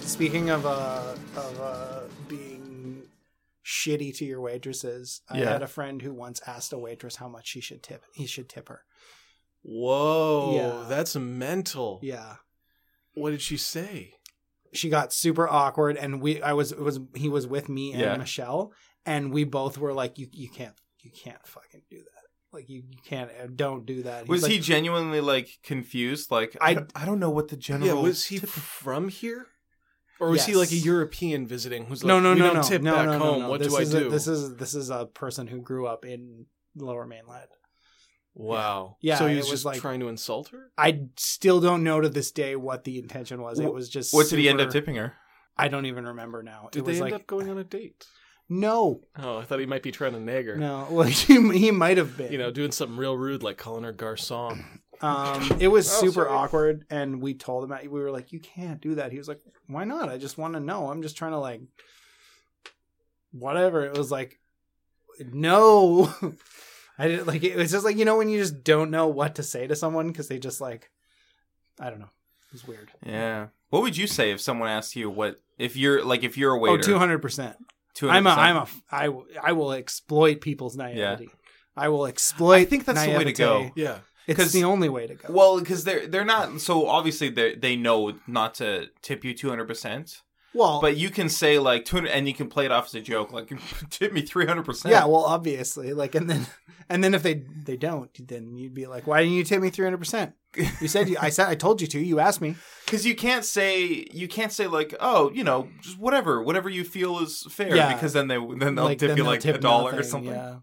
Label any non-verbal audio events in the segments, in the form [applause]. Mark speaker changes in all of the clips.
Speaker 1: Speaking of uh of uh being shitty to your waitresses, I
Speaker 2: Yeah.
Speaker 1: had a friend who once asked a waitress how much she should tip. He should tip her.
Speaker 2: Whoa,
Speaker 1: Yeah.
Speaker 2: that's mental.
Speaker 1: Yeah.
Speaker 2: What did she say?
Speaker 1: She got super awkward, and we I was it was he was with me and
Speaker 2: Yeah.
Speaker 1: Michelle, and we both were like, you you can't you can't fucking do that. Like you, you can't uh, don't do that. He's
Speaker 3: was
Speaker 1: like,
Speaker 3: he genuinely like confused? Like
Speaker 1: I-
Speaker 2: [laughs]
Speaker 3: I, don't- I don't know what the general.
Speaker 2: yeah, was he
Speaker 3: tip-
Speaker 2: from here? Or was he
Speaker 1: Yes.
Speaker 2: like a European visiting who's like,
Speaker 1: no no
Speaker 2: we
Speaker 1: no
Speaker 2: don't
Speaker 1: no
Speaker 2: tip
Speaker 1: no,
Speaker 2: back
Speaker 1: no, no,
Speaker 2: home.
Speaker 1: no.
Speaker 2: What
Speaker 1: This
Speaker 2: do I
Speaker 1: is
Speaker 2: do?
Speaker 1: A, this is this is a person who grew up in Lower Mainland.
Speaker 2: wow.
Speaker 1: Yeah,
Speaker 2: So he
Speaker 1: it
Speaker 2: was,
Speaker 1: was
Speaker 2: just
Speaker 1: like-
Speaker 2: trying to insult her?
Speaker 1: I still don't know to this day what the intention was. It
Speaker 3: Wh-
Speaker 1: was just.
Speaker 3: What did he end
Speaker 1: super-
Speaker 3: up tipping her?
Speaker 1: I don't even remember now.
Speaker 2: Did
Speaker 1: it
Speaker 2: they
Speaker 1: was
Speaker 2: end
Speaker 1: like
Speaker 2: up going on a date?
Speaker 1: no,
Speaker 2: Oh, I thought he might be trying to nag her.
Speaker 1: no. [laughs] Well, he, he might have been.
Speaker 2: You know, doing something real rude like calling her garçon.
Speaker 1: um, it was
Speaker 2: [laughs] Oh,
Speaker 1: super
Speaker 2: sorry.
Speaker 1: awkward, and we told him that we were like, "You can't do that." He was like, "Why not? I just want to know. I'm just trying to like, whatever." It was like, no. [laughs] I didn't like it. was just like you know when you just don't know what to say to someone because they just like, I don't know. It was weird.
Speaker 3: Yeah. What would you say if someone asked you what if you're like if you're a
Speaker 1: Oh,
Speaker 3: waiter?
Speaker 1: two hundred percent.
Speaker 3: 200%.
Speaker 1: I'm a, I'm a, I, w- I will exploit people's naivety. I will exploit.
Speaker 3: I think that's the way to go.
Speaker 1: naivete.
Speaker 2: Yeah.
Speaker 1: It's
Speaker 3: 'Cause-
Speaker 1: the only way to go.
Speaker 3: Well, because they're they're not so obviously they they know not to tip you two hundred percent,
Speaker 1: well,
Speaker 3: but you can say like two hundred, and you can play it off as a joke, like [laughs] tip me three hundred percent.
Speaker 1: yeah, well, obviously, like, and then, and then if they they don't, then you'd be like, why didn't you tip me three hundred percent? You said you, I said I told you to. You asked me.
Speaker 3: because you can't say you can't say like oh you know just whatever whatever you feel is fair
Speaker 1: Yeah.
Speaker 3: because then they then they'll
Speaker 1: like,
Speaker 3: tip
Speaker 1: then
Speaker 3: you
Speaker 1: they'll
Speaker 3: like
Speaker 1: tip
Speaker 3: a dollar or
Speaker 1: nothing,
Speaker 3: something.
Speaker 1: Yeah,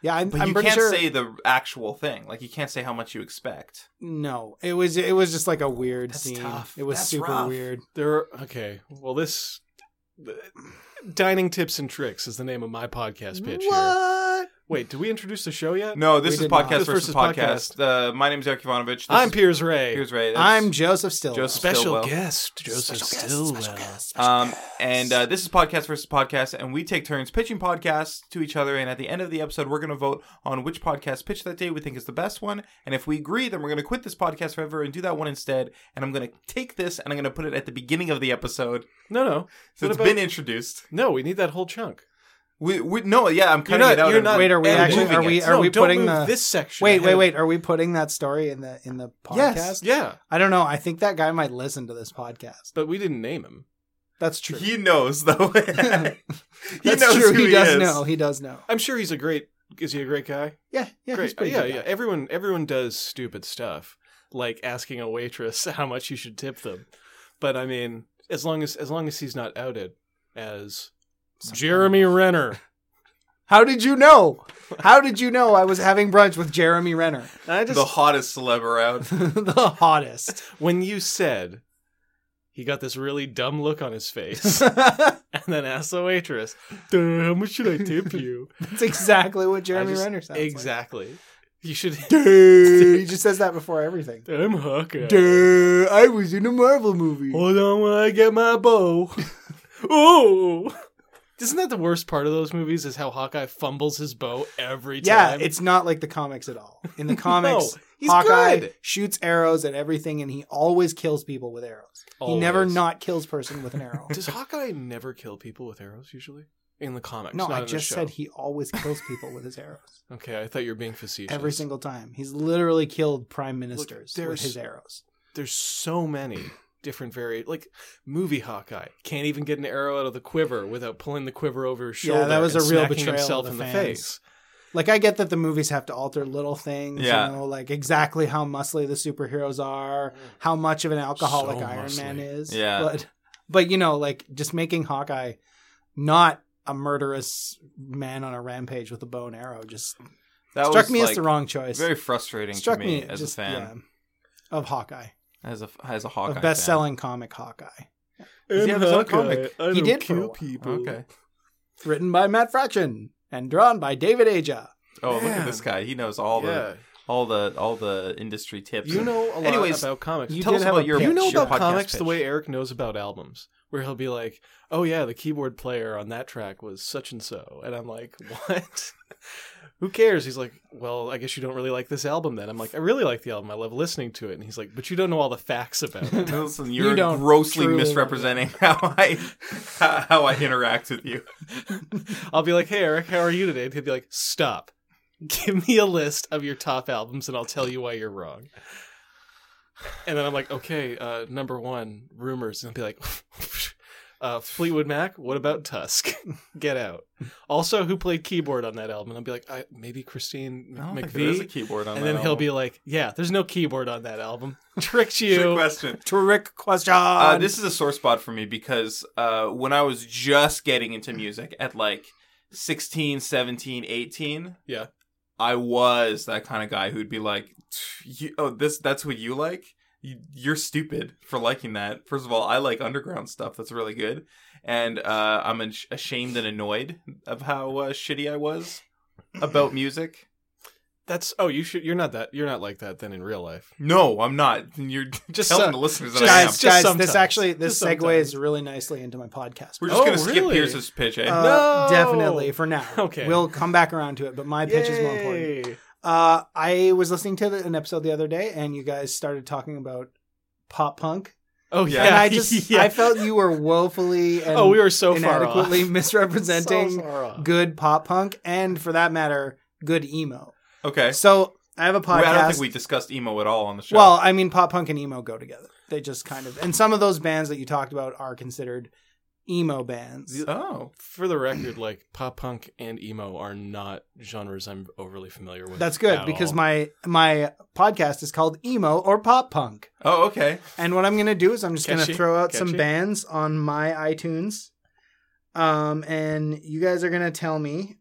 Speaker 1: yeah. I'm,
Speaker 3: But
Speaker 1: I'm
Speaker 3: you
Speaker 1: pretty
Speaker 3: can't
Speaker 1: sure.
Speaker 3: say the actual thing. Like you can't say how much you expect.
Speaker 1: no, it was it was just like a weird
Speaker 3: That's
Speaker 1: scene.
Speaker 3: tough.
Speaker 1: It was
Speaker 3: That's
Speaker 1: super
Speaker 3: rough.
Speaker 1: weird.
Speaker 2: There are, okay. Well, this Dining Tips and Tricks is the name of my podcast pitch here.
Speaker 1: What?
Speaker 2: Wait, did we introduce the show yet?
Speaker 3: No,
Speaker 1: We
Speaker 3: this is
Speaker 1: did not.
Speaker 3: podcast
Speaker 2: This versus
Speaker 3: versus podcast. Uh, my name is Eric Ivanovich. This
Speaker 2: I'm
Speaker 3: is-
Speaker 2: Piers Ray.
Speaker 3: Here's Ray. That's-
Speaker 1: I'm Joseph Still.
Speaker 3: Joseph
Speaker 2: special
Speaker 3: Stillwell.
Speaker 2: guest Joseph Stillwell.
Speaker 3: Um, and uh, this is podcast versus podcast, and we take turns pitching podcasts to each other. And at the end of the episode, we're going to vote on which podcast pitch that day we think is the best one. And if we agree, then we're going to quit this podcast forever and do that one instead. And I'm going to take this and I'm going to put it at the beginning of the episode,
Speaker 2: No, no,
Speaker 3: so
Speaker 2: What
Speaker 3: it's
Speaker 2: about-
Speaker 3: been introduced.
Speaker 2: no. We need that whole chunk.
Speaker 3: We, we no, yeah, I'm cutting it out. and-
Speaker 1: Wait, are we
Speaker 2: editing
Speaker 3: actually- are
Speaker 2: it.
Speaker 1: we- are
Speaker 2: No,
Speaker 1: we
Speaker 2: don't
Speaker 1: putting
Speaker 2: move
Speaker 1: the-
Speaker 2: this section?
Speaker 1: Wait,
Speaker 2: ahead
Speaker 1: wait,
Speaker 2: of-
Speaker 1: wait. Are we putting that story in the in the podcast?
Speaker 3: Yes.
Speaker 2: Yeah,
Speaker 1: I don't know. I think that guy might listen to this podcast.
Speaker 2: but we didn't name him.
Speaker 1: That's true.
Speaker 3: [laughs] He knows though. [laughs] he
Speaker 1: That's
Speaker 3: knows
Speaker 1: true.
Speaker 3: who
Speaker 1: He, does
Speaker 3: is.
Speaker 1: know. He does know.
Speaker 2: I'm sure he's a great. Is he a great guy?
Speaker 1: Yeah, yeah, he's
Speaker 2: great.
Speaker 1: pretty
Speaker 2: yeah,
Speaker 1: good
Speaker 2: yeah.
Speaker 1: guy.
Speaker 2: Everyone, everyone does stupid stuff, like asking a waitress [laughs] how much you should tip them. But I mean, as long as as long as he's not outed as
Speaker 1: [laughs]
Speaker 2: Jeremy Renner,
Speaker 1: How did you know? How did you know I was having brunch with Jeremy
Speaker 2: [laughs]
Speaker 1: Renner,
Speaker 2: I just
Speaker 3: The hottest celeb around.
Speaker 1: the hottest? [laughs]
Speaker 2: when you said he got this really dumb look on his
Speaker 1: [laughs]
Speaker 2: face,
Speaker 1: That's
Speaker 2: and then asked the waitress, "Duh, "How much should I
Speaker 1: [laughs]
Speaker 2: tip you?"
Speaker 1: exactly what Jeremy
Speaker 2: I just-
Speaker 1: Renner sounds
Speaker 2: exactly. You should.
Speaker 1: like. Duh, he
Speaker 2: [laughs]
Speaker 1: just says that before everything.
Speaker 2: I'm Hawkeye.
Speaker 1: Duh, I was in a Marvel movie.
Speaker 2: Hold on while I get my bow. [laughs] Ooh. Isn't that the worst part of those movies? Is how Hawkeye fumbles his bow every
Speaker 1: Yeah,
Speaker 2: time.
Speaker 1: it's not like the comics at all. In the
Speaker 2: [laughs]
Speaker 1: comics,
Speaker 2: he's
Speaker 1: Hawkeye
Speaker 2: good.
Speaker 1: shoots arrows at everything, and he always kills people with arrows. He never
Speaker 2: Always.
Speaker 1: not kills person with an
Speaker 2: [laughs]
Speaker 1: arrow.
Speaker 2: Does Hawkeye never kill people with arrows usually in the comics?
Speaker 1: no,
Speaker 2: not
Speaker 1: I
Speaker 2: in the
Speaker 1: just
Speaker 2: show.
Speaker 1: said he always kills people with his arrows
Speaker 2: Okay, I thought you were being facetious.
Speaker 1: every single time. He's literally killed prime ministers with
Speaker 2: there's-
Speaker 1: his arrows.
Speaker 2: There's so many different vari like movie Hawkeye can't even get an arrow out of the quiver without pulling the quiver over his
Speaker 1: Yeah,
Speaker 2: shoulder.
Speaker 1: that was
Speaker 2: and
Speaker 1: a real
Speaker 2: smacking
Speaker 1: betrayal of
Speaker 2: himself
Speaker 1: the
Speaker 2: in the
Speaker 1: fans.
Speaker 2: face.
Speaker 1: Like I get that the movies have to alter little things,
Speaker 3: Yeah.
Speaker 1: you know, like exactly how muscly the superheroes are, how much of an alcoholic
Speaker 2: So
Speaker 1: Iron Man
Speaker 2: muscly.
Speaker 1: is.
Speaker 3: Yeah.
Speaker 1: But but you know, like just making Hawkeye not a murderous man on a rampage with a bow and arrow just
Speaker 3: That
Speaker 1: struck
Speaker 3: was,
Speaker 1: me
Speaker 3: like,
Speaker 1: as the wrong choice.
Speaker 3: Very frustrating
Speaker 1: struck
Speaker 3: to me,
Speaker 1: me
Speaker 3: as
Speaker 1: just,
Speaker 3: a fan,
Speaker 1: yeah, of Hawkeye,
Speaker 3: as a as a Hawkeye
Speaker 1: of best-selling comic Hawkeye,
Speaker 3: Does he have his own comic?
Speaker 2: I
Speaker 1: He did for a while.
Speaker 2: people.
Speaker 3: Fan. Okay.
Speaker 1: written by Matt Fraction and drawn by David Aja.
Speaker 3: Oh, look
Speaker 2: Man.
Speaker 3: at this guy. He knows all
Speaker 2: yeah.
Speaker 3: the all the all the industry tips. [laughs]
Speaker 2: You know a lot
Speaker 3: Anyways,
Speaker 2: about comics.
Speaker 1: you
Speaker 2: You,
Speaker 3: tell
Speaker 1: did
Speaker 3: us
Speaker 1: have
Speaker 3: about
Speaker 1: a
Speaker 3: your
Speaker 1: pitch. You
Speaker 2: know
Speaker 3: your
Speaker 2: about
Speaker 3: podcast
Speaker 2: comics the
Speaker 3: pitch. [laughs]
Speaker 2: way Eric knows about albums, where he'll be like, "Oh yeah, the keyboard player on that track was such and so," and I'm like, [laughs] "What?" who cares? He's like, well, I guess you don't really like this album then. I'm like, I really like the album. I love listening to it. And he's like, but you don't know all the facts about it.
Speaker 3: Listen, you're
Speaker 1: don't
Speaker 3: grossly
Speaker 1: truly-
Speaker 3: misrepresenting [laughs] how I how I interact with you.
Speaker 2: I'll be like, hey, Eric, how are you today? And he'll be like, stop. Give me a list of your top albums and I'll tell you why you're wrong. And then I'm like, okay, uh, number one, rumors. And I'll be like, [laughs] uh, Fleetwood Mac, what about Tusk? [laughs] Get out. Also, who played keyboard on that album? And I'll be like, I, maybe Christine
Speaker 3: I don't think there is a
Speaker 2: McVie.
Speaker 3: keyboard on
Speaker 2: And
Speaker 3: that
Speaker 2: then he'll
Speaker 3: album.
Speaker 2: be like, yeah, there's no keyboard on that album. Tricked
Speaker 3: Good
Speaker 2: you.
Speaker 3: question.
Speaker 1: Trick question.
Speaker 3: Uh, this is a sore spot for me because uh, when I was just getting into music at like 16, 17, 18,
Speaker 2: Yeah.
Speaker 3: I was that kind of guy who'd be like, "Tch, you, "Oh, this that's what you like? You, you're stupid for liking that." First of all, I like underground stuff that's really good, and uh, I'm ash- ashamed and annoyed of how uh, shitty I was
Speaker 2: [clears throat]
Speaker 3: about music.
Speaker 2: That's oh, you should. You're not that. You're not like that then in real life. [laughs]
Speaker 3: No, I'm not. You're
Speaker 2: Just
Speaker 3: just telling
Speaker 2: so-
Speaker 3: the listeners that I am.
Speaker 1: guys,
Speaker 2: Just
Speaker 1: guys,
Speaker 2: sometimes.
Speaker 1: this actually this
Speaker 2: Just
Speaker 1: segues
Speaker 2: sometimes.
Speaker 1: really nicely into my podcast.
Speaker 3: We're just
Speaker 2: Oh,
Speaker 3: gonna skip
Speaker 2: really?
Speaker 3: Pierce's pitch. Eh?
Speaker 1: Uh,
Speaker 2: No!
Speaker 1: Definitely for now.
Speaker 2: [laughs] Okay.
Speaker 1: We'll come back around to it, but my pitch is more important.
Speaker 2: Yay.
Speaker 1: Uh, I was listening to the, an episode the other day, and you guys started talking about pop punk,
Speaker 2: Oh
Speaker 3: Yeah.
Speaker 2: yeah.
Speaker 1: and
Speaker 2: [laughs]
Speaker 1: I just
Speaker 2: Yeah.
Speaker 1: I felt you were woefully and
Speaker 2: [laughs] oh, we were so far off. [laughs]
Speaker 1: inadequately [laughs] misrepresenting
Speaker 2: So far off.
Speaker 1: good pop punk, and for that matter, good emo.
Speaker 3: okay.
Speaker 1: So I have a podcast.
Speaker 3: I don't think we discussed emo at all on the show.
Speaker 1: Well, I mean, pop punk and emo go together. They just kind of, and some of those bands that you talked about are considered emo bands.
Speaker 3: oh,
Speaker 2: For the record, like pop punk and emo are not genres I'm overly familiar with.
Speaker 1: That's good
Speaker 2: at
Speaker 1: because
Speaker 2: all.
Speaker 1: my my podcast is called emo or pop punk.
Speaker 3: oh, okay.
Speaker 1: And what I'm gonna do is I'm just
Speaker 2: Catchy,
Speaker 1: gonna throw out some
Speaker 2: catchy.
Speaker 1: bands on my iTunes, um, and you guys are gonna tell me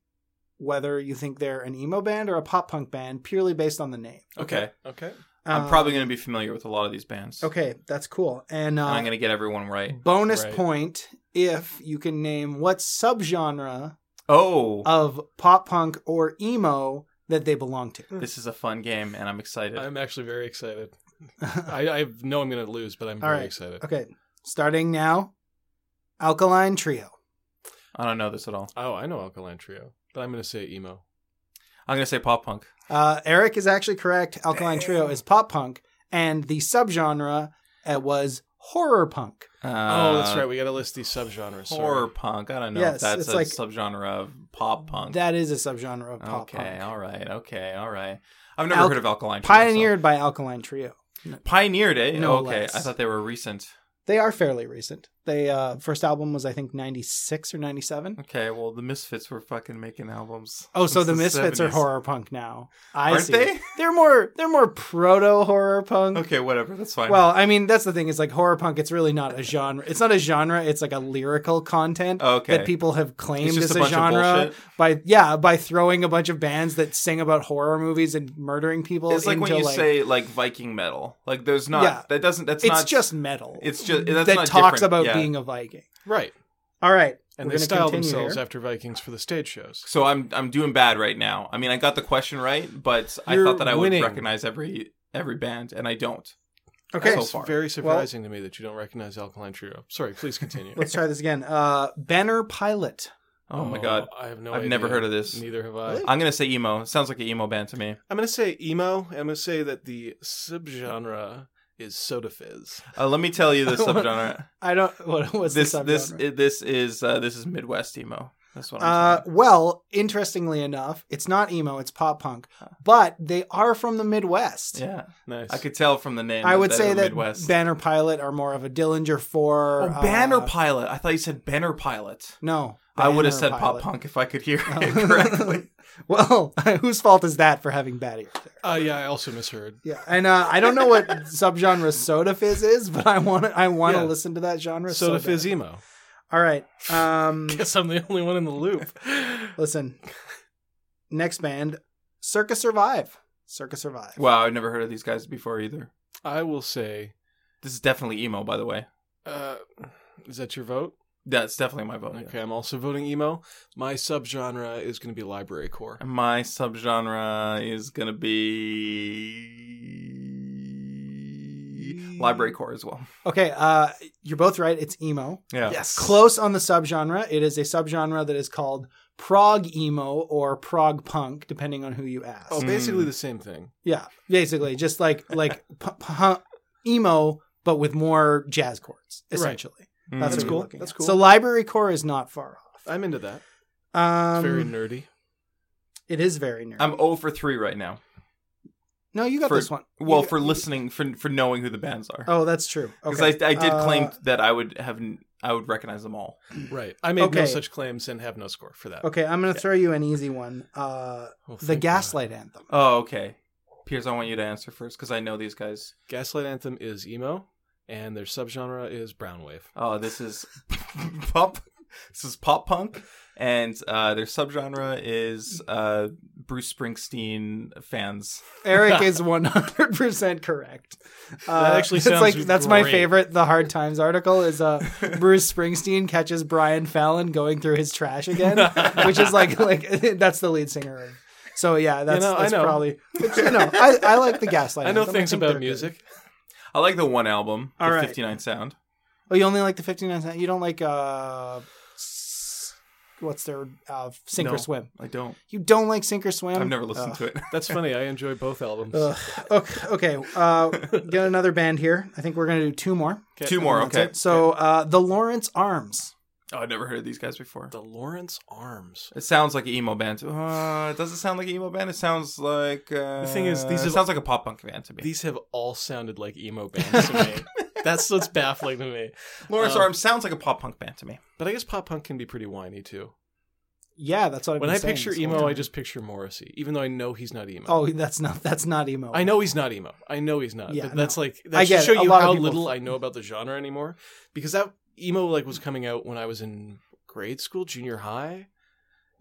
Speaker 1: whether you think they're an emo band or a pop punk band purely based on the name.
Speaker 3: Okay.
Speaker 2: okay.
Speaker 3: I'm
Speaker 1: Um,
Speaker 3: probably going to be familiar with a lot of these bands.
Speaker 1: okay. That's cool. And, uh, um,
Speaker 3: And I'm going to get everyone right.
Speaker 1: bonus
Speaker 2: Right.
Speaker 1: point if you can name what subgenre
Speaker 3: Oh,
Speaker 1: of pop punk or emo that they belong to.
Speaker 3: this is a fun game, and I'm excited.
Speaker 2: I'm actually very excited.
Speaker 3: Hmm.
Speaker 2: I, I know I'm going to lose, but I'm
Speaker 1: Uh, All
Speaker 2: very
Speaker 1: right. [laughs]
Speaker 2: excited.
Speaker 1: okay, starting now, Alkaline Trio.
Speaker 3: I don't know this at all.
Speaker 2: Oh, I know Alkaline Trio, but I'm going to say emo.
Speaker 3: I'm going to say pop punk.
Speaker 1: Uh, Eric is actually correct. Alkaline Trio is pop punk, and the subgenre uh, was horror punk.
Speaker 3: Uh,
Speaker 2: oh, that's right. We got to list these subgenres. Sorry.
Speaker 3: Horror punk. I don't know
Speaker 1: Yes,
Speaker 3: if that's
Speaker 1: it's
Speaker 3: a
Speaker 1: like-
Speaker 3: subgenre of pop punk.
Speaker 1: That is a subgenre of pop
Speaker 3: okay,
Speaker 1: punk,
Speaker 3: all right, okay, all right. I've never
Speaker 1: Al-
Speaker 3: heard of Alkaline. Trio, so-
Speaker 1: pioneered by Alkaline Trio.
Speaker 3: Pioneered it?
Speaker 1: No
Speaker 3: okay,
Speaker 1: less.
Speaker 3: I thought they were recent.
Speaker 1: They are fairly recent. They uh, first album was I think ninety six or ninety seven.
Speaker 3: Okay, well, the Misfits were fucking making albums.
Speaker 1: Oh, so
Speaker 3: since
Speaker 1: the Misfits are
Speaker 3: 70s.
Speaker 1: horror punk now. I
Speaker 3: Aren't
Speaker 1: see.
Speaker 3: they?
Speaker 1: They're more they're more proto horror punk.
Speaker 3: Okay, whatever. That's fine.
Speaker 1: Well, I mean, that's the thing. Is like horror punk. It's really not a genre. It's not a genre. It's like a lyrical content
Speaker 3: Okay.
Speaker 1: that people have claimed
Speaker 3: It's just
Speaker 1: as
Speaker 3: a
Speaker 1: a,
Speaker 3: bunch of
Speaker 1: genre
Speaker 3: bullshit.
Speaker 1: by yeah by throwing a bunch of bands that sing about horror movies and murdering people.
Speaker 3: it's like when
Speaker 1: into,
Speaker 3: you say like Viking metal. Like, there's not.
Speaker 1: Yeah.
Speaker 3: That doesn't. That's
Speaker 1: it's
Speaker 3: not.
Speaker 1: just metal.
Speaker 3: It's just that's
Speaker 1: that
Speaker 3: not
Speaker 1: talks
Speaker 3: different.
Speaker 1: about
Speaker 3: Yeah.
Speaker 1: being a Viking.
Speaker 2: Right.
Speaker 1: All right,
Speaker 2: And
Speaker 1: we're
Speaker 2: they
Speaker 1: gonna
Speaker 2: styled
Speaker 1: continue
Speaker 2: themselves
Speaker 1: here.
Speaker 2: after Vikings for the stage shows.
Speaker 3: So I'm I'm doing bad right now. I mean, I got the question right, but I
Speaker 2: You're
Speaker 3: thought that I
Speaker 2: winning.
Speaker 3: would recognize every every band, and I don't.
Speaker 1: Okay,
Speaker 3: So
Speaker 2: It's
Speaker 3: far.
Speaker 2: very surprising to me that you don't recognize Alkaline Trio. Sorry, please continue.
Speaker 1: [laughs] let's try this again. Uh, Banner Pilot.
Speaker 3: Oh, my god,
Speaker 2: I have no
Speaker 3: I've never
Speaker 2: idea.
Speaker 3: heard of this.
Speaker 2: Neither have I.
Speaker 1: Really?
Speaker 3: I'm gonna say emo. It sounds like an emo band to me.
Speaker 2: I'm gonna say emo. I'm gonna say that the subgenre is soda fizz.
Speaker 3: Uh, let me tell
Speaker 1: [laughs]
Speaker 3: you this subgenre.
Speaker 1: I don't. [laughs] What was
Speaker 3: this
Speaker 1: the
Speaker 3: this
Speaker 1: subgenre?
Speaker 3: i- this is uh, this is Midwest emo. That's what I'm
Speaker 1: Uh, well, interestingly enough, it's not emo; it's pop punk, but they are from the Midwest.
Speaker 3: saying. Yeah,
Speaker 2: Nice.
Speaker 3: I could tell from the name.
Speaker 1: I would
Speaker 3: they
Speaker 1: say
Speaker 3: were
Speaker 1: that
Speaker 3: Midwest.
Speaker 1: Banner Pilot are more of a Dillinger Four.
Speaker 3: oh, Banner
Speaker 1: uh,
Speaker 3: Pilot. I thought you said Banner Pilot.
Speaker 1: No,
Speaker 3: I would have
Speaker 1: Banner
Speaker 3: said pop
Speaker 1: Pilot.
Speaker 3: punk if I
Speaker 1: [laughs]
Speaker 3: could hear it
Speaker 1: Oh.
Speaker 3: correctly.
Speaker 1: well, [laughs] whose fault is that for having bad ears there?
Speaker 2: Uh, yeah, I also misheard.
Speaker 1: Yeah, and uh, I don't know
Speaker 3: [laughs]
Speaker 1: what subgenre soda fizz is, but I want to. I want to
Speaker 2: Yeah.
Speaker 1: listen to that genre.
Speaker 2: Soda
Speaker 1: so bad.
Speaker 2: fizz emo. [laughs]
Speaker 1: All right.
Speaker 3: [laughs]
Speaker 1: Um,
Speaker 2: Guess I'm the only one in
Speaker 1: [laughs]
Speaker 2: the loop.
Speaker 1: listen. Next band, Circus Survive. Circus Survive.
Speaker 3: wow, I've never heard of these guys before either.
Speaker 2: I will say,
Speaker 3: This is definitely emo, by the way.
Speaker 2: uh, is that your vote?
Speaker 3: That's definitely my vote.
Speaker 2: Okay, I'm also voting emo. My subgenre is gonna be library core.
Speaker 3: My subgenre is gonna be library core as well.
Speaker 1: Okay, uh, you're both right. It's emo.
Speaker 3: Yeah.
Speaker 2: Yes.
Speaker 1: Close on the subgenre. It is a subgenre that is called prog emo or prog punk, depending on who you ask.
Speaker 2: Oh, basically the same thing.
Speaker 1: Yeah, basically, just like like p- p- emo, but with more jazz chords.
Speaker 2: Right.
Speaker 1: Essentially,
Speaker 3: Mm.
Speaker 1: that's
Speaker 2: That's
Speaker 1: what
Speaker 2: cool.
Speaker 1: You're looking
Speaker 2: That's
Speaker 1: at.
Speaker 2: cool.
Speaker 1: So library core is not far off.
Speaker 2: I'm into that. It's
Speaker 1: Um,
Speaker 2: very nerdy.
Speaker 1: [clears throat] It is very nerdy.
Speaker 3: I'm 0 for 3 right now.
Speaker 1: no, you got
Speaker 3: for-
Speaker 1: this one. You
Speaker 3: Well,
Speaker 1: got-
Speaker 3: for listening, for for knowing who the bands are.
Speaker 1: Oh, that's true.
Speaker 3: Because
Speaker 1: Okay.
Speaker 3: I, I did
Speaker 1: Uh,
Speaker 3: claim that I would have n- I would recognize them all.
Speaker 2: Right. I made no
Speaker 1: Okay.
Speaker 2: such claims and have no score for that.
Speaker 1: Okay, I'm gonna
Speaker 2: Yeah.
Speaker 1: throw you an easy one. Uh,
Speaker 2: Well,
Speaker 1: the
Speaker 2: thank
Speaker 1: Gaslight Anthem.
Speaker 3: Oh, okay. Piers, I want you to answer first because I know these guys.
Speaker 2: God. Gaslight Anthem is emo, and their subgenre is brown wave.
Speaker 3: Oh, this is pop. [laughs] This is pop punk, and uh, their subgenre is uh, Bruce Springsteen fans.
Speaker 2: [laughs]
Speaker 1: Eric is 100 percent correct. Uh,
Speaker 2: That actually
Speaker 1: it's
Speaker 2: sounds
Speaker 1: like that's my
Speaker 2: great.
Speaker 1: favorite. The Hard Times article is
Speaker 2: [laughs]
Speaker 1: uh, Bruce Springsteen catches Brian Fallon going through his trash
Speaker 2: [laughs]
Speaker 1: again, which is like like [laughs] that's the lead singer. Of. So yeah, that's,
Speaker 2: know, I
Speaker 1: that's
Speaker 2: know.
Speaker 1: probably. But, you know, I, I like the Gaslight.
Speaker 2: [laughs] I know
Speaker 1: Anthem.
Speaker 2: things
Speaker 1: think
Speaker 2: about
Speaker 1: they're
Speaker 2: music.
Speaker 3: I like the one album, the
Speaker 1: All right.
Speaker 3: 59 Sound.
Speaker 1: good. Oh, you only like the 59 cent. You don't like uh, s- what's their uh, Sink
Speaker 3: No.
Speaker 1: or Swim.
Speaker 3: I don't.
Speaker 1: You don't like Sink or
Speaker 2: Um,
Speaker 1: Swim.
Speaker 3: I've never
Speaker 2: uh.
Speaker 3: listened
Speaker 1: Ugh.
Speaker 3: to it. [laughs]
Speaker 2: That's funny. I enjoy
Speaker 1: [laughs]
Speaker 2: both albums.
Speaker 1: Ugh. Okay, okay. Uh, got another band here. I think we're gonna do two more.
Speaker 2: Okay.
Speaker 3: Two more,
Speaker 1: And that's
Speaker 3: okay.
Speaker 1: it. So uh, the Lawrence Arms.
Speaker 3: Oh, I've never heard of these guys before.
Speaker 2: The Lawrence Arms.
Speaker 3: It sounds like an emo band. Uh, it doesn't sound like an emo band. It sounds like uh,
Speaker 2: The thing is, these
Speaker 3: it
Speaker 2: have-
Speaker 3: sounds like a pop punk band to me.
Speaker 2: These have all sounded like emo bands to
Speaker 1: [laughs]
Speaker 2: me. That's what's baffling to me.
Speaker 3: Lawrence
Speaker 2: um,
Speaker 3: Arms sounds like a pop punk band to me.
Speaker 2: But I guess pop punk can be pretty whiny too.
Speaker 1: Yeah, that's what. I've
Speaker 2: When
Speaker 1: been
Speaker 2: I
Speaker 1: saying
Speaker 2: picture
Speaker 1: this whole
Speaker 2: emo, I
Speaker 1: time.
Speaker 2: just picture Morrissey, even though I know he's not emo.
Speaker 1: Oh, [laughs] that's not that's not emo.
Speaker 2: I know he's not emo. I know he's not.
Speaker 1: Yeah,
Speaker 2: but that's like that
Speaker 1: I
Speaker 2: should
Speaker 1: get it.
Speaker 2: show
Speaker 1: A
Speaker 2: you
Speaker 1: lot of
Speaker 2: how
Speaker 1: people-
Speaker 2: little I know about the genre anymore. Because that emo like was coming out when I was in grade school, junior high,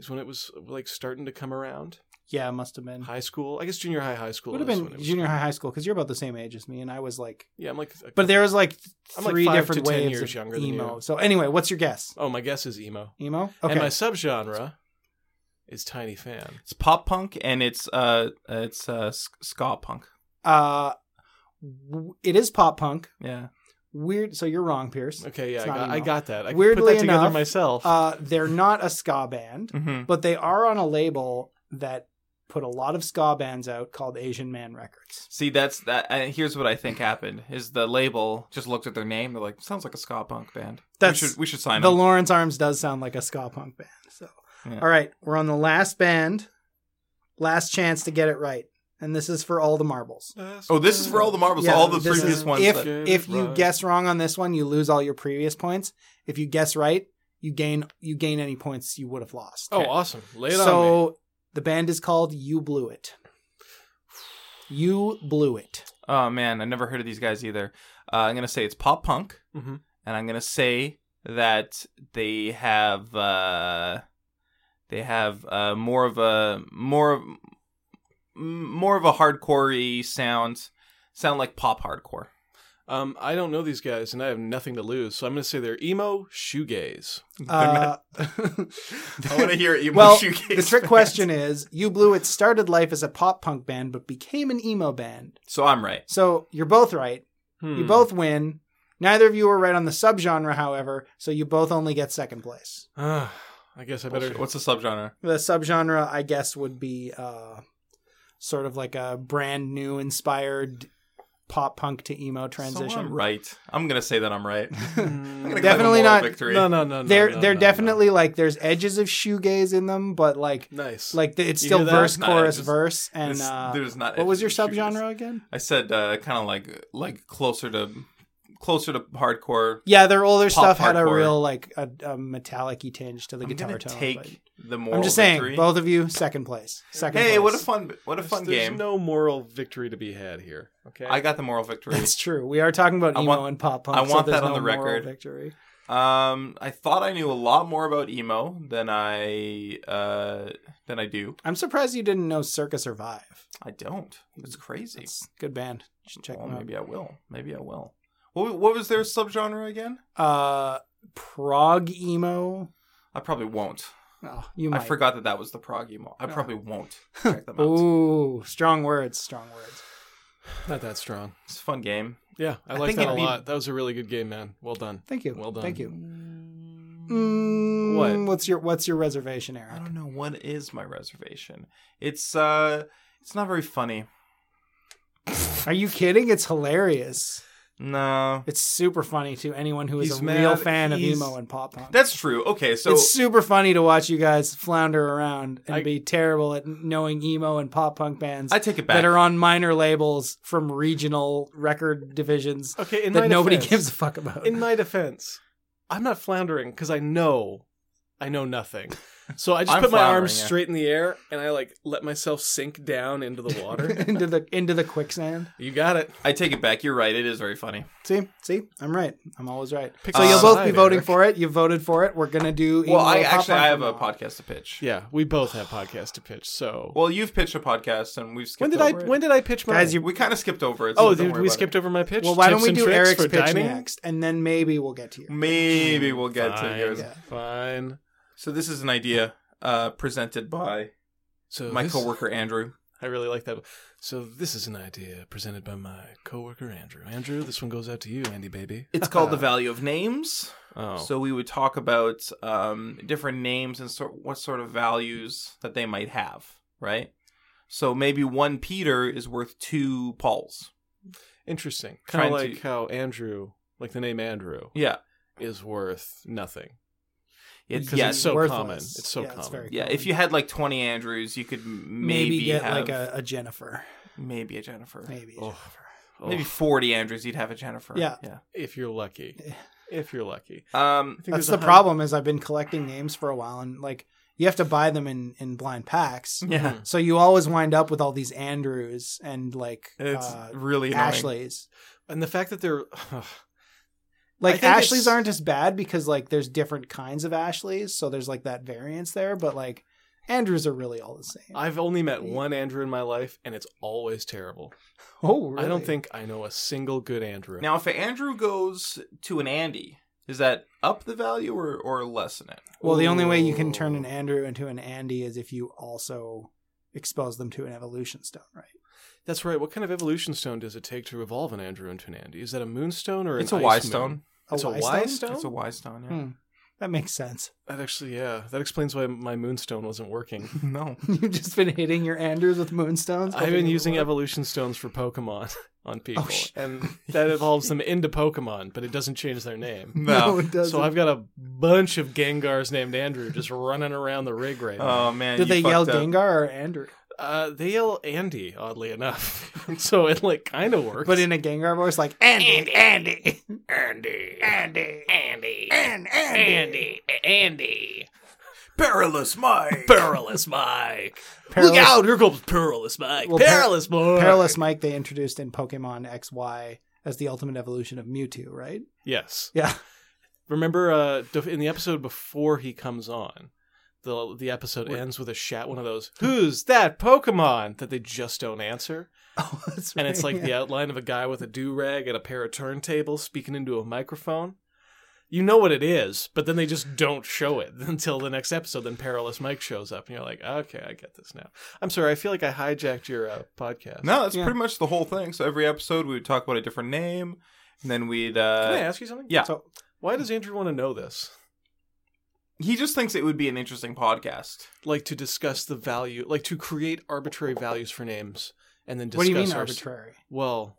Speaker 2: is when it was like starting to come around.
Speaker 1: Yeah, it must have been.
Speaker 2: High school, I guess junior high, high school
Speaker 1: Would have
Speaker 2: is when
Speaker 1: been
Speaker 2: it was-
Speaker 1: junior high, high school because you're about the same age as me, and I was like.
Speaker 2: Yeah, I'm like,
Speaker 1: But there was like th-
Speaker 2: I'm like
Speaker 1: three
Speaker 2: five
Speaker 1: different
Speaker 2: to 10
Speaker 1: waves
Speaker 2: years
Speaker 1: of
Speaker 2: younger than
Speaker 1: emo.
Speaker 2: you.
Speaker 1: So anyway, what's your guess?
Speaker 2: oh, my guess is emo,
Speaker 1: Emo.
Speaker 2: and
Speaker 1: Okay.
Speaker 2: my subgenre is tiny fan.
Speaker 3: It's pop punk and it's uh it's uh s- ska punk.
Speaker 1: Uh, w- it is pop punk.
Speaker 3: Yeah.
Speaker 1: Weird. So you're wrong, Pierce.
Speaker 2: Okay, yeah, I
Speaker 1: It's not
Speaker 2: got, I
Speaker 1: emo.
Speaker 2: got that. I put
Speaker 1: Weirdly
Speaker 2: that together
Speaker 1: enough,
Speaker 2: myself.
Speaker 1: Uh, they're not a ska band.
Speaker 3: Mm-hmm.
Speaker 1: but they are on a label that put a lot of ska bands out called Asian Man Records.
Speaker 3: See, that's that. And here's what I think happened: is the label just looked at their name. They're like, sounds like a ska punk band.
Speaker 1: That's-
Speaker 3: we should we should sign
Speaker 1: The
Speaker 3: them.
Speaker 1: Lawrence Arms does sound like a ska punk band. So,
Speaker 3: Yeah.
Speaker 1: all right, we're on the last band, last chance to get it right, and this is for all the marbles.
Speaker 3: oh, this is for all the marbles. all the
Speaker 1: this
Speaker 3: previous
Speaker 1: is-
Speaker 3: ones.
Speaker 1: If
Speaker 3: that-
Speaker 2: that-
Speaker 1: if you
Speaker 2: Right.
Speaker 1: guess wrong on this one, you lose all your previous points. If you guess right, you gain you gain any points you would have lost.
Speaker 2: Oh, awesome! Lay it on me.
Speaker 1: so the band is called You Blew It. You blew it.
Speaker 3: oh man, I never heard of these guys either. Uh, I'm gonna say it's pop punk,
Speaker 2: Mhm.
Speaker 3: and I'm gonna say that they have uh, they have uh, more of a more of m- more of a hardcore sound. Sound like pop hardcore.
Speaker 2: Um, I don't know these guys, and I have nothing to lose, so I'm going to say they're emo shoegaze.
Speaker 1: Uh,
Speaker 3: [laughs] I want to hear it. You
Speaker 1: Well, [laughs]
Speaker 3: shoegaze
Speaker 1: the trick
Speaker 3: [laughs] band.
Speaker 1: question is you blew it started life as a pop punk band but became an emo band
Speaker 3: So I'm right.
Speaker 1: so you're both right you
Speaker 2: Hmm.
Speaker 1: both win neither of you were right on the subgenre however so you both only get second place
Speaker 2: Ah, I guess I better. [laughs]
Speaker 3: What's the subgenre?
Speaker 1: the subgenre i guess would be uh, sort of like a brand new inspired pop punk to emo transition
Speaker 3: So I'm right. I'm gonna say that
Speaker 1: [laughs]
Speaker 3: I'm right. I'm gonna
Speaker 2: Hmm.
Speaker 3: claim a
Speaker 1: Definitely
Speaker 3: moral
Speaker 1: not-
Speaker 3: Victory.
Speaker 2: no, no, no.
Speaker 1: they're
Speaker 2: no, no,
Speaker 1: they're
Speaker 2: no,
Speaker 1: definitely like there's edges of shoegaze in them but like
Speaker 2: no. nice.
Speaker 1: like it's
Speaker 2: You
Speaker 1: still
Speaker 2: hear that?
Speaker 1: verse
Speaker 3: No,
Speaker 1: chorus
Speaker 3: just-
Speaker 1: verse and
Speaker 3: This-
Speaker 1: uh,
Speaker 3: there's not.
Speaker 1: what was your
Speaker 3: shooters.
Speaker 1: subgenre again
Speaker 3: I said uh, kind of like like closer to closer to hardcore.
Speaker 1: Yeah, their older
Speaker 3: Pop
Speaker 1: stuff had a
Speaker 3: hardcore.
Speaker 1: real like a, a metallic-y tinge to the
Speaker 3: I'm
Speaker 1: guitar
Speaker 3: gonna
Speaker 1: tone.
Speaker 3: take the
Speaker 1: but-
Speaker 3: moral
Speaker 1: I'm just saying,
Speaker 3: victory.
Speaker 1: both of you, second place. Second.
Speaker 3: hey,
Speaker 1: place.
Speaker 3: what a fun what a
Speaker 2: There's-
Speaker 3: fun
Speaker 2: there's
Speaker 3: game.
Speaker 2: no moral victory to be had here. Okay.
Speaker 3: I got the moral victory.
Speaker 1: That's true. We are talking about
Speaker 3: I
Speaker 1: emo
Speaker 3: want-
Speaker 1: and pop punk.
Speaker 3: I want
Speaker 1: so there's
Speaker 3: that on
Speaker 1: no
Speaker 3: the
Speaker 1: moral
Speaker 3: record.
Speaker 1: Victory.
Speaker 3: [laughs] um, I thought I knew a lot more about emo than I uh than I do.
Speaker 1: I'm surprised you didn't know Circa Survive.
Speaker 3: I don't. It's crazy.
Speaker 1: That's a good band. You should check
Speaker 3: well,
Speaker 1: them
Speaker 3: maybe I will. Maybe I will. What what was their subgenre again?
Speaker 1: out. Uh, prog emo.
Speaker 3: I probably won't.
Speaker 1: Oh, you
Speaker 3: I
Speaker 1: might.
Speaker 3: forgot that that was the prog emo. I
Speaker 1: Ah. [laughs]
Speaker 3: probably won't check them out.
Speaker 1: Ooh, strong words. Strong words.
Speaker 2: Not that strong.
Speaker 3: It's a fun game.
Speaker 2: Yeah, I,
Speaker 3: I
Speaker 2: like
Speaker 3: think
Speaker 2: that a
Speaker 3: it'd be-
Speaker 2: lot. That was a really good game, man. Well done.
Speaker 1: Thank you.
Speaker 2: Well done.
Speaker 1: Thank you. Mm,
Speaker 2: What?
Speaker 1: What's your What's your reservation,
Speaker 3: I
Speaker 1: Eric?
Speaker 3: don't know what is my reservation. It's uh it's not very funny.
Speaker 1: Are you kidding? It's hilarious.
Speaker 3: No.
Speaker 1: It's super funny to anyone who is
Speaker 3: He's
Speaker 1: a
Speaker 3: mad.
Speaker 1: real fan
Speaker 3: He's-
Speaker 1: of emo and pop punk.
Speaker 3: That's true. Okay, so
Speaker 1: it's super funny to watch you guys flounder around and
Speaker 2: I-
Speaker 1: be terrible at knowing emo and pop punk bands
Speaker 3: I take it back.
Speaker 1: that are on minor labels from regional record divisions
Speaker 2: Okay, in my
Speaker 1: that nobody
Speaker 2: defense,
Speaker 1: gives a fuck about.
Speaker 2: In my defense, I'm not floundering because I know, I know nothing. So I [laughs] just
Speaker 3: I'm
Speaker 2: put my
Speaker 3: floundering,
Speaker 2: arms
Speaker 3: yeah.
Speaker 2: straight in the air and I like let myself sink down into the
Speaker 1: [laughs]
Speaker 2: water.
Speaker 1: [laughs] into the into the quicksand.
Speaker 2: you got it.
Speaker 3: I take it back. You're right. It is very funny.
Speaker 1: See, see, I'm right. I'm always right.
Speaker 2: Pick
Speaker 1: So
Speaker 2: a
Speaker 1: you'll both
Speaker 2: side,
Speaker 1: be voting
Speaker 2: Eric.
Speaker 1: for it. You voted for it. We're gonna do.
Speaker 3: uh, Well,
Speaker 1: emo
Speaker 3: I
Speaker 1: and pop
Speaker 3: actually
Speaker 1: punk
Speaker 3: I have
Speaker 1: from
Speaker 3: a
Speaker 1: now on.
Speaker 3: podcast to pitch.
Speaker 2: Yeah, we both have podcasts to pitch. So
Speaker 3: Well, you've pitched a podcast and we've skipped
Speaker 2: when did I
Speaker 3: over it.
Speaker 2: when did I pitch my?
Speaker 1: Guys, you-
Speaker 3: we kind of skipped over it. So
Speaker 2: oh,
Speaker 3: don't
Speaker 2: dude,
Speaker 3: worry
Speaker 2: we
Speaker 3: about
Speaker 2: skipped
Speaker 3: it.
Speaker 2: over my pitch.
Speaker 1: Well, why don't
Speaker 2: Tips
Speaker 1: we
Speaker 2: and
Speaker 1: do
Speaker 2: tricks
Speaker 1: Eric's
Speaker 2: for
Speaker 1: pitch
Speaker 2: dining?
Speaker 1: next, and then maybe we'll get to you.
Speaker 3: Maybe we'll get to
Speaker 2: Fine.
Speaker 3: yours.
Speaker 1: Yeah.
Speaker 2: Fine.
Speaker 3: So this is an idea uh, presented by
Speaker 2: So
Speaker 3: my
Speaker 2: this-
Speaker 3: coworker Andrew.
Speaker 2: I really like that. So this is an idea presented by my coworker Andrew. Andrew, this one goes out to you, Andy baby.
Speaker 3: It's
Speaker 2: [laughs]
Speaker 3: called the value of names.
Speaker 2: Oh,
Speaker 3: So we would talk about um, different names and sort what sort of values that they might have, right? So maybe one Peter is worth two Pauls.
Speaker 2: interesting. Kind of
Speaker 3: Trying
Speaker 2: like
Speaker 3: to-
Speaker 2: how Andrew, like the name Andrew,
Speaker 3: Yeah,
Speaker 2: is worth nothing.
Speaker 3: it's
Speaker 2: Because
Speaker 3: yeah,
Speaker 2: it's
Speaker 3: so-
Speaker 2: so
Speaker 1: worthless.
Speaker 2: common. It's so
Speaker 1: Yeah, it's
Speaker 2: common.
Speaker 1: very
Speaker 3: yeah.
Speaker 1: common.
Speaker 3: If you had like twenty Andrews, you could m-
Speaker 1: maybe,
Speaker 3: maybe,
Speaker 1: get
Speaker 3: have
Speaker 1: like a, a Jennifer,
Speaker 3: maybe a Jennifer, maybe,
Speaker 1: maybe. a
Speaker 2: Oh.
Speaker 1: Jennifer.
Speaker 3: forty Andrews, you'd have a Jennifer.
Speaker 1: Yeah.
Speaker 3: yeah.
Speaker 2: If you're lucky. If you're lucky.
Speaker 3: Um,
Speaker 2: I think
Speaker 1: That's
Speaker 2: there's
Speaker 1: the
Speaker 2: a hun-
Speaker 1: problem. Is I've been collecting names for a while, and like you have to buy them in in blind packs,
Speaker 2: Mm-hmm. Hmm.
Speaker 3: yeah,
Speaker 1: so you always wind up with all these Andrews and like
Speaker 3: it's
Speaker 1: uh,
Speaker 3: really annoying.
Speaker 1: Ashleys.
Speaker 2: And the fact that they're. I
Speaker 1: Like
Speaker 2: think
Speaker 1: Ashleys
Speaker 2: it's-
Speaker 1: aren't as bad because like there's different kinds of Ashleys, so there's like that variance there. But like Andrews are really all the same.
Speaker 2: I've only met one Andrew in my life, and it's always terrible.
Speaker 1: oh, really?
Speaker 2: I don't think I know a single good Andrew.
Speaker 3: Now, if Andrew goes to an Andy, is that up the value or or lessen it?
Speaker 1: Well, the only way you can
Speaker 2: Ooh.
Speaker 1: turn an Andrew into an Andy is if you also expose them to an evolution stone, right?
Speaker 2: That's right. What kind of evolution stone does it take to evolve an Andrew into an Andy? Is that a moonstone or
Speaker 3: It's a
Speaker 2: an
Speaker 3: Y
Speaker 2: ice moon?
Speaker 3: stone.
Speaker 2: It's a
Speaker 1: Y
Speaker 2: Y
Speaker 1: stone?
Speaker 2: stone.
Speaker 3: It's a Y stone. Yeah.
Speaker 1: Hmm. That makes sense. [laughs]
Speaker 2: That actually, yeah, that explains why my moonstone wasn't working.
Speaker 3: [laughs] no.
Speaker 1: You've just been hitting your Andrews with moonstones.
Speaker 2: I've been using evolution stones for Pokemon [laughs] on people,
Speaker 1: Oh, sh-
Speaker 2: and
Speaker 1: [laughs]
Speaker 2: that evolves them into Pokemon, but it doesn't change their name.
Speaker 1: No,
Speaker 3: No.
Speaker 1: it doesn't.
Speaker 2: So I've got a bunch of Gengars named Andrew just running around the
Speaker 1: [laughs]
Speaker 2: rig
Speaker 1: Uh,
Speaker 2: right now.
Speaker 3: [laughs] Oh man.
Speaker 1: Did
Speaker 3: you
Speaker 1: they yell
Speaker 3: fucked up.
Speaker 1: Dengar or Andrew?
Speaker 2: Uh, they yell Andy, oddly enough. [laughs] so it like kind of works.
Speaker 1: But in a Gengar voice, [laughs] like Andy, Andy, Andy, Andy, Andy, and Andy.
Speaker 2: Andy,
Speaker 3: Perilous Mike.
Speaker 1: [laughs]
Speaker 2: Perilous Mike.
Speaker 1: Perilous-
Speaker 2: Look out! Here comes Perilous Mike.
Speaker 1: Well, per-
Speaker 2: Perilous Mike.
Speaker 1: Perilous Mike they introduced in Pokemon XY as the ultimate evolution of Mewtwo, right?
Speaker 2: Yes.
Speaker 1: Yeah.
Speaker 2: Remember uh, def- in the episode before he comes on, the the episode ends with a shout, one of those "Who's that Pokemon?" that they just don't answer,
Speaker 1: [laughs] Oh, that's
Speaker 2: and it's
Speaker 1: right, [laughs]
Speaker 2: like
Speaker 1: yeah.
Speaker 2: the outline of a guy with a do rag and a pair of turntables speaking into a microphone. You know what it is, but then they just don't show it [laughs] until the next episode. Then Perilous Mike shows up, and you're like, "Okay, I get this now." I'm sorry, I feel like I hijacked your uh, podcast.
Speaker 3: No, that's
Speaker 1: Yeah.
Speaker 3: pretty much the whole thing. So every episode we would talk about a different name, and then we'd.
Speaker 2: Can
Speaker 1: Oh,
Speaker 2: I
Speaker 3: Uh,
Speaker 2: ask you something?
Speaker 3: yeah.
Speaker 1: So-
Speaker 2: Why does Andrew want to know this?
Speaker 3: he just thinks it would be an interesting podcast.
Speaker 2: like to discuss the value, like to create arbitrary values for names, and then discuss.
Speaker 1: What do you mean
Speaker 2: our-
Speaker 1: arbitrary?
Speaker 2: Well,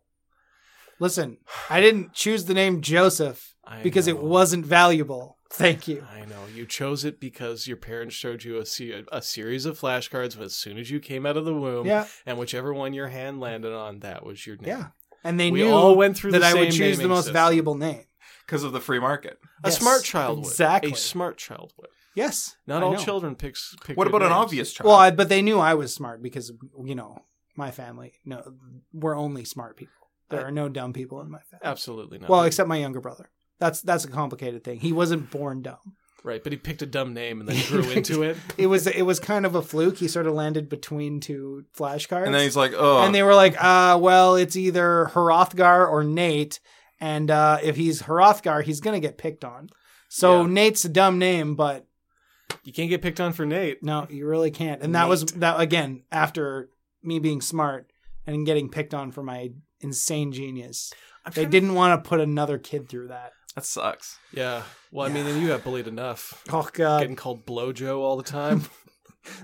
Speaker 1: Listen, I didn't choose the name Joseph
Speaker 2: I
Speaker 1: because
Speaker 2: know.
Speaker 1: it wasn't valuable. Thank you.
Speaker 2: I know you chose it because your parents showed you a, se- a series of flashcards as soon as you came out of the womb,
Speaker 1: Yeah,
Speaker 2: and whichever one your hand landed on, that was your name.
Speaker 1: yeah. And they
Speaker 2: We
Speaker 1: knew
Speaker 2: all went through
Speaker 1: that
Speaker 2: the
Speaker 1: I would
Speaker 2: same
Speaker 1: choose the
Speaker 2: naming
Speaker 1: most
Speaker 2: system.
Speaker 1: valuable name.
Speaker 3: Because of the free market.
Speaker 2: a
Speaker 1: Yes,
Speaker 2: smart child would.
Speaker 1: exactly.
Speaker 2: a smart child would.
Speaker 1: Yes.
Speaker 2: Not
Speaker 1: I
Speaker 2: all
Speaker 1: know.
Speaker 2: children picks. Pick
Speaker 3: What
Speaker 2: good
Speaker 3: about an
Speaker 2: names.
Speaker 3: obvious child?
Speaker 1: Well, I, but they knew I was smart because you know my family. No, we're only smart people. There
Speaker 2: I-
Speaker 1: are no dumb people in my family.
Speaker 2: Absolutely not.
Speaker 1: Well, except my younger brother. That's that's a complicated thing. He wasn't born dumb.
Speaker 2: right, but he picked a dumb name and then
Speaker 1: [laughs]
Speaker 2: grew into it.
Speaker 1: It was it was kind of a fluke. He sort of landed between two flashcards.
Speaker 3: and then he's like, oh.
Speaker 1: And they were like, uh, well, it's either Hrothgar or Nate. And uh, if he's Hrothgar, he's going to get picked on. So
Speaker 2: Yeah.
Speaker 1: Nate's a dumb name, but
Speaker 2: You can't get picked on for Nate.
Speaker 1: no, you really can't. And that was that again after me being smart and getting picked on for my insane genius.
Speaker 2: I'm
Speaker 1: They
Speaker 2: trying to-
Speaker 1: didn't want to put another kid through that.
Speaker 3: That sucks.
Speaker 2: Yeah. Well, I mean, and you got bullied enough.
Speaker 1: Oh god.
Speaker 2: Getting called Blojo all the time.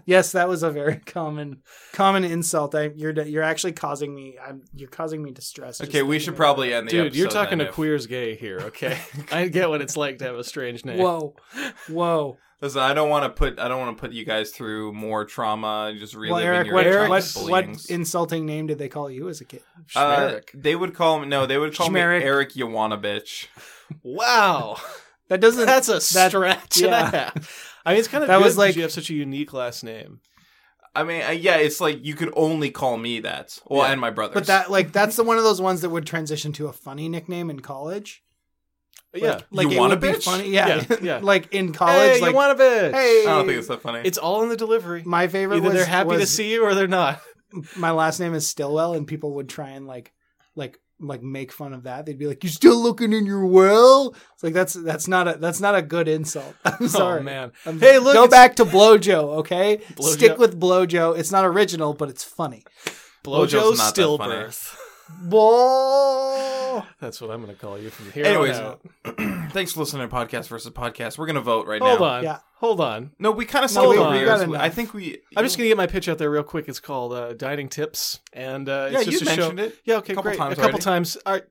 Speaker 1: Yes, that was a very [laughs] common common insult. I, you're you're actually causing me I'm you're causing me distress. just
Speaker 3: Okay, we
Speaker 1: thinking
Speaker 3: should
Speaker 1: about
Speaker 3: probably
Speaker 1: it.
Speaker 3: end [laughs] the
Speaker 2: Dude, you're
Speaker 3: episode
Speaker 2: talking
Speaker 3: then
Speaker 2: to
Speaker 3: if-
Speaker 2: queers gay here, okay? [laughs] I get what it's like to have
Speaker 1: [laughs]
Speaker 2: a strange name.
Speaker 1: Whoa. Whoa.
Speaker 3: Listen, I don't want to put I don't want to put you guys through more trauma. and Just reliving
Speaker 1: Well, Eric,
Speaker 3: your
Speaker 1: what, what,
Speaker 3: childhood
Speaker 1: what
Speaker 3: bullyings.
Speaker 1: insulting name did they call you as a kid?
Speaker 3: Uh,
Speaker 2: Schmerick.
Speaker 3: they would call me no. They would call
Speaker 1: Schmerick.
Speaker 3: me Eric. You wanna bitch?
Speaker 2: wow. [laughs]
Speaker 1: That doesn't.
Speaker 2: That's a stretch and
Speaker 1: yeah.
Speaker 2: a half. I mean, it's kind of
Speaker 1: That
Speaker 2: good
Speaker 1: was like-
Speaker 2: that you have such a unique last name.
Speaker 3: I mean, uh, yeah, it's like you could only call me that. Well,
Speaker 2: Yeah.
Speaker 3: and my brothers.
Speaker 1: but that like that's the one of those ones that would transition to a funny nickname in college.
Speaker 2: But yeah.
Speaker 1: Like
Speaker 3: You
Speaker 1: it
Speaker 3: want a
Speaker 1: would be
Speaker 3: bitch?
Speaker 1: funny. Yeah.
Speaker 2: [laughs] Yeah, yeah.
Speaker 1: like in college.
Speaker 2: hey,
Speaker 1: like
Speaker 2: you want a bitch?
Speaker 1: hey.
Speaker 3: I don't think it's that funny.
Speaker 2: It's all in the delivery.
Speaker 1: my favorite
Speaker 2: Either
Speaker 1: was
Speaker 2: they're happy to
Speaker 1: was
Speaker 2: see you or they're not.
Speaker 1: my last name is Stillwell, and people would try and like like like make fun of that. They'd be like, "You still looking in your well?" It's like that's that's not a that's not a good insult. [laughs] I'm sorry,
Speaker 2: Oh, man.
Speaker 1: I'm-
Speaker 2: Hey, look,
Speaker 1: go
Speaker 2: it's-
Speaker 1: back to Blojo, okay?
Speaker 2: Blojo.
Speaker 1: Stick with Blojo. It's not original, but it's funny.
Speaker 2: Blojo
Speaker 3: Blojo's not that funny.
Speaker 2: stillbirth.
Speaker 1: Whoa.
Speaker 2: [laughs] That's what I'm going to call you from here
Speaker 3: Anyways,
Speaker 2: on out.
Speaker 3: [clears throat] thanks for listening to podcast versus podcast. We're gonna vote right
Speaker 2: Hold
Speaker 3: now.
Speaker 2: on.
Speaker 1: Yeah.
Speaker 2: Hold on.
Speaker 3: No, we kind of
Speaker 1: No,
Speaker 3: still
Speaker 2: we-
Speaker 3: over
Speaker 2: we
Speaker 3: here.
Speaker 1: got
Speaker 3: so
Speaker 1: enough.
Speaker 3: I think we.
Speaker 2: I'm just gonna get my pitch out there real quick. It's called uh, Dining Tips, and uh,
Speaker 3: Yeah,
Speaker 2: it's just
Speaker 3: you
Speaker 2: a show.
Speaker 3: mentioned it.
Speaker 2: Yeah, okay,
Speaker 3: Couple
Speaker 2: great.
Speaker 3: times
Speaker 2: a couple
Speaker 3: already.
Speaker 2: times. All right.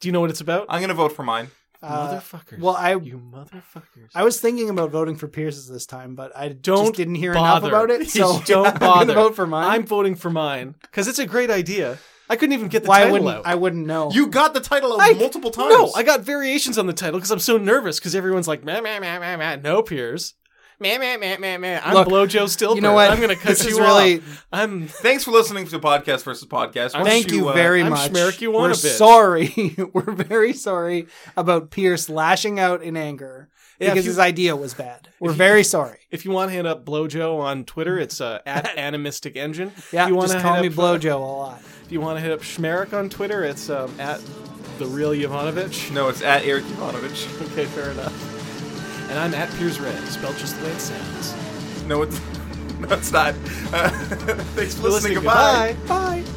Speaker 2: Do you know what it's about?
Speaker 3: I'm gonna vote for mine.
Speaker 1: Uh,
Speaker 2: motherfuckers.
Speaker 1: well, I-
Speaker 2: you motherfuckers.
Speaker 1: I was thinking about voting for Pierce's this time, but I
Speaker 2: Don't
Speaker 1: just didn't hear
Speaker 2: bother.
Speaker 1: enough about it. So [laughs]
Speaker 2: [laughs] Just don't
Speaker 1: I'm gonna
Speaker 2: bother.
Speaker 1: vote for mine.
Speaker 2: I'm voting for mine because it's a great idea. I couldn't even get the
Speaker 1: Why
Speaker 2: title
Speaker 1: wouldn't
Speaker 2: out.
Speaker 1: I wouldn't know?
Speaker 3: You got the title out
Speaker 2: Oh. I-
Speaker 3: multiple times.
Speaker 2: No, I got variations on the title because I'm so nervous because everyone's like, meh, meh, meh, meh, meh. no, Piers. Meh, meh, meh, meh, meh. I'm
Speaker 1: Look,
Speaker 2: Blojo still.
Speaker 1: you know what?
Speaker 2: I'm
Speaker 1: [laughs]
Speaker 2: going to cut
Speaker 1: This
Speaker 2: you
Speaker 1: is really-
Speaker 2: off. I'm
Speaker 3: Thanks for listening to podcast versus podcast. Why don't
Speaker 1: Thank you,
Speaker 3: uh,
Speaker 1: very
Speaker 2: I'm
Speaker 1: much.
Speaker 2: Schmerich, you
Speaker 1: We're
Speaker 2: wanna bitch.
Speaker 1: sorry. [laughs] We're very sorry about Pierce lashing out in anger
Speaker 2: Yeah, if
Speaker 1: because
Speaker 2: you-
Speaker 1: his idea was bad. We're very sorry.
Speaker 2: If you want to hand up Blojo on Twitter, it's uh,
Speaker 1: [laughs]
Speaker 2: at Animistic Engine.
Speaker 1: Yeah,
Speaker 2: you wanna
Speaker 1: just call
Speaker 2: hit
Speaker 1: me
Speaker 2: up, uh,
Speaker 1: Blojo a lot.
Speaker 2: If you want to hit up Schmerick on Twitter, it's um, at the real Yovanovich.
Speaker 3: No, it's at Eric Ivanovich.
Speaker 2: [laughs]
Speaker 3: [laughs]
Speaker 2: Okay, fair enough. And I'm at Piers Red, spelled just the way it sounds.
Speaker 3: [laughs] No, it's no, it's not. [laughs] Uh, thanks for
Speaker 2: You're
Speaker 3: listening. Goodbye.
Speaker 2: Goodbye. Bye.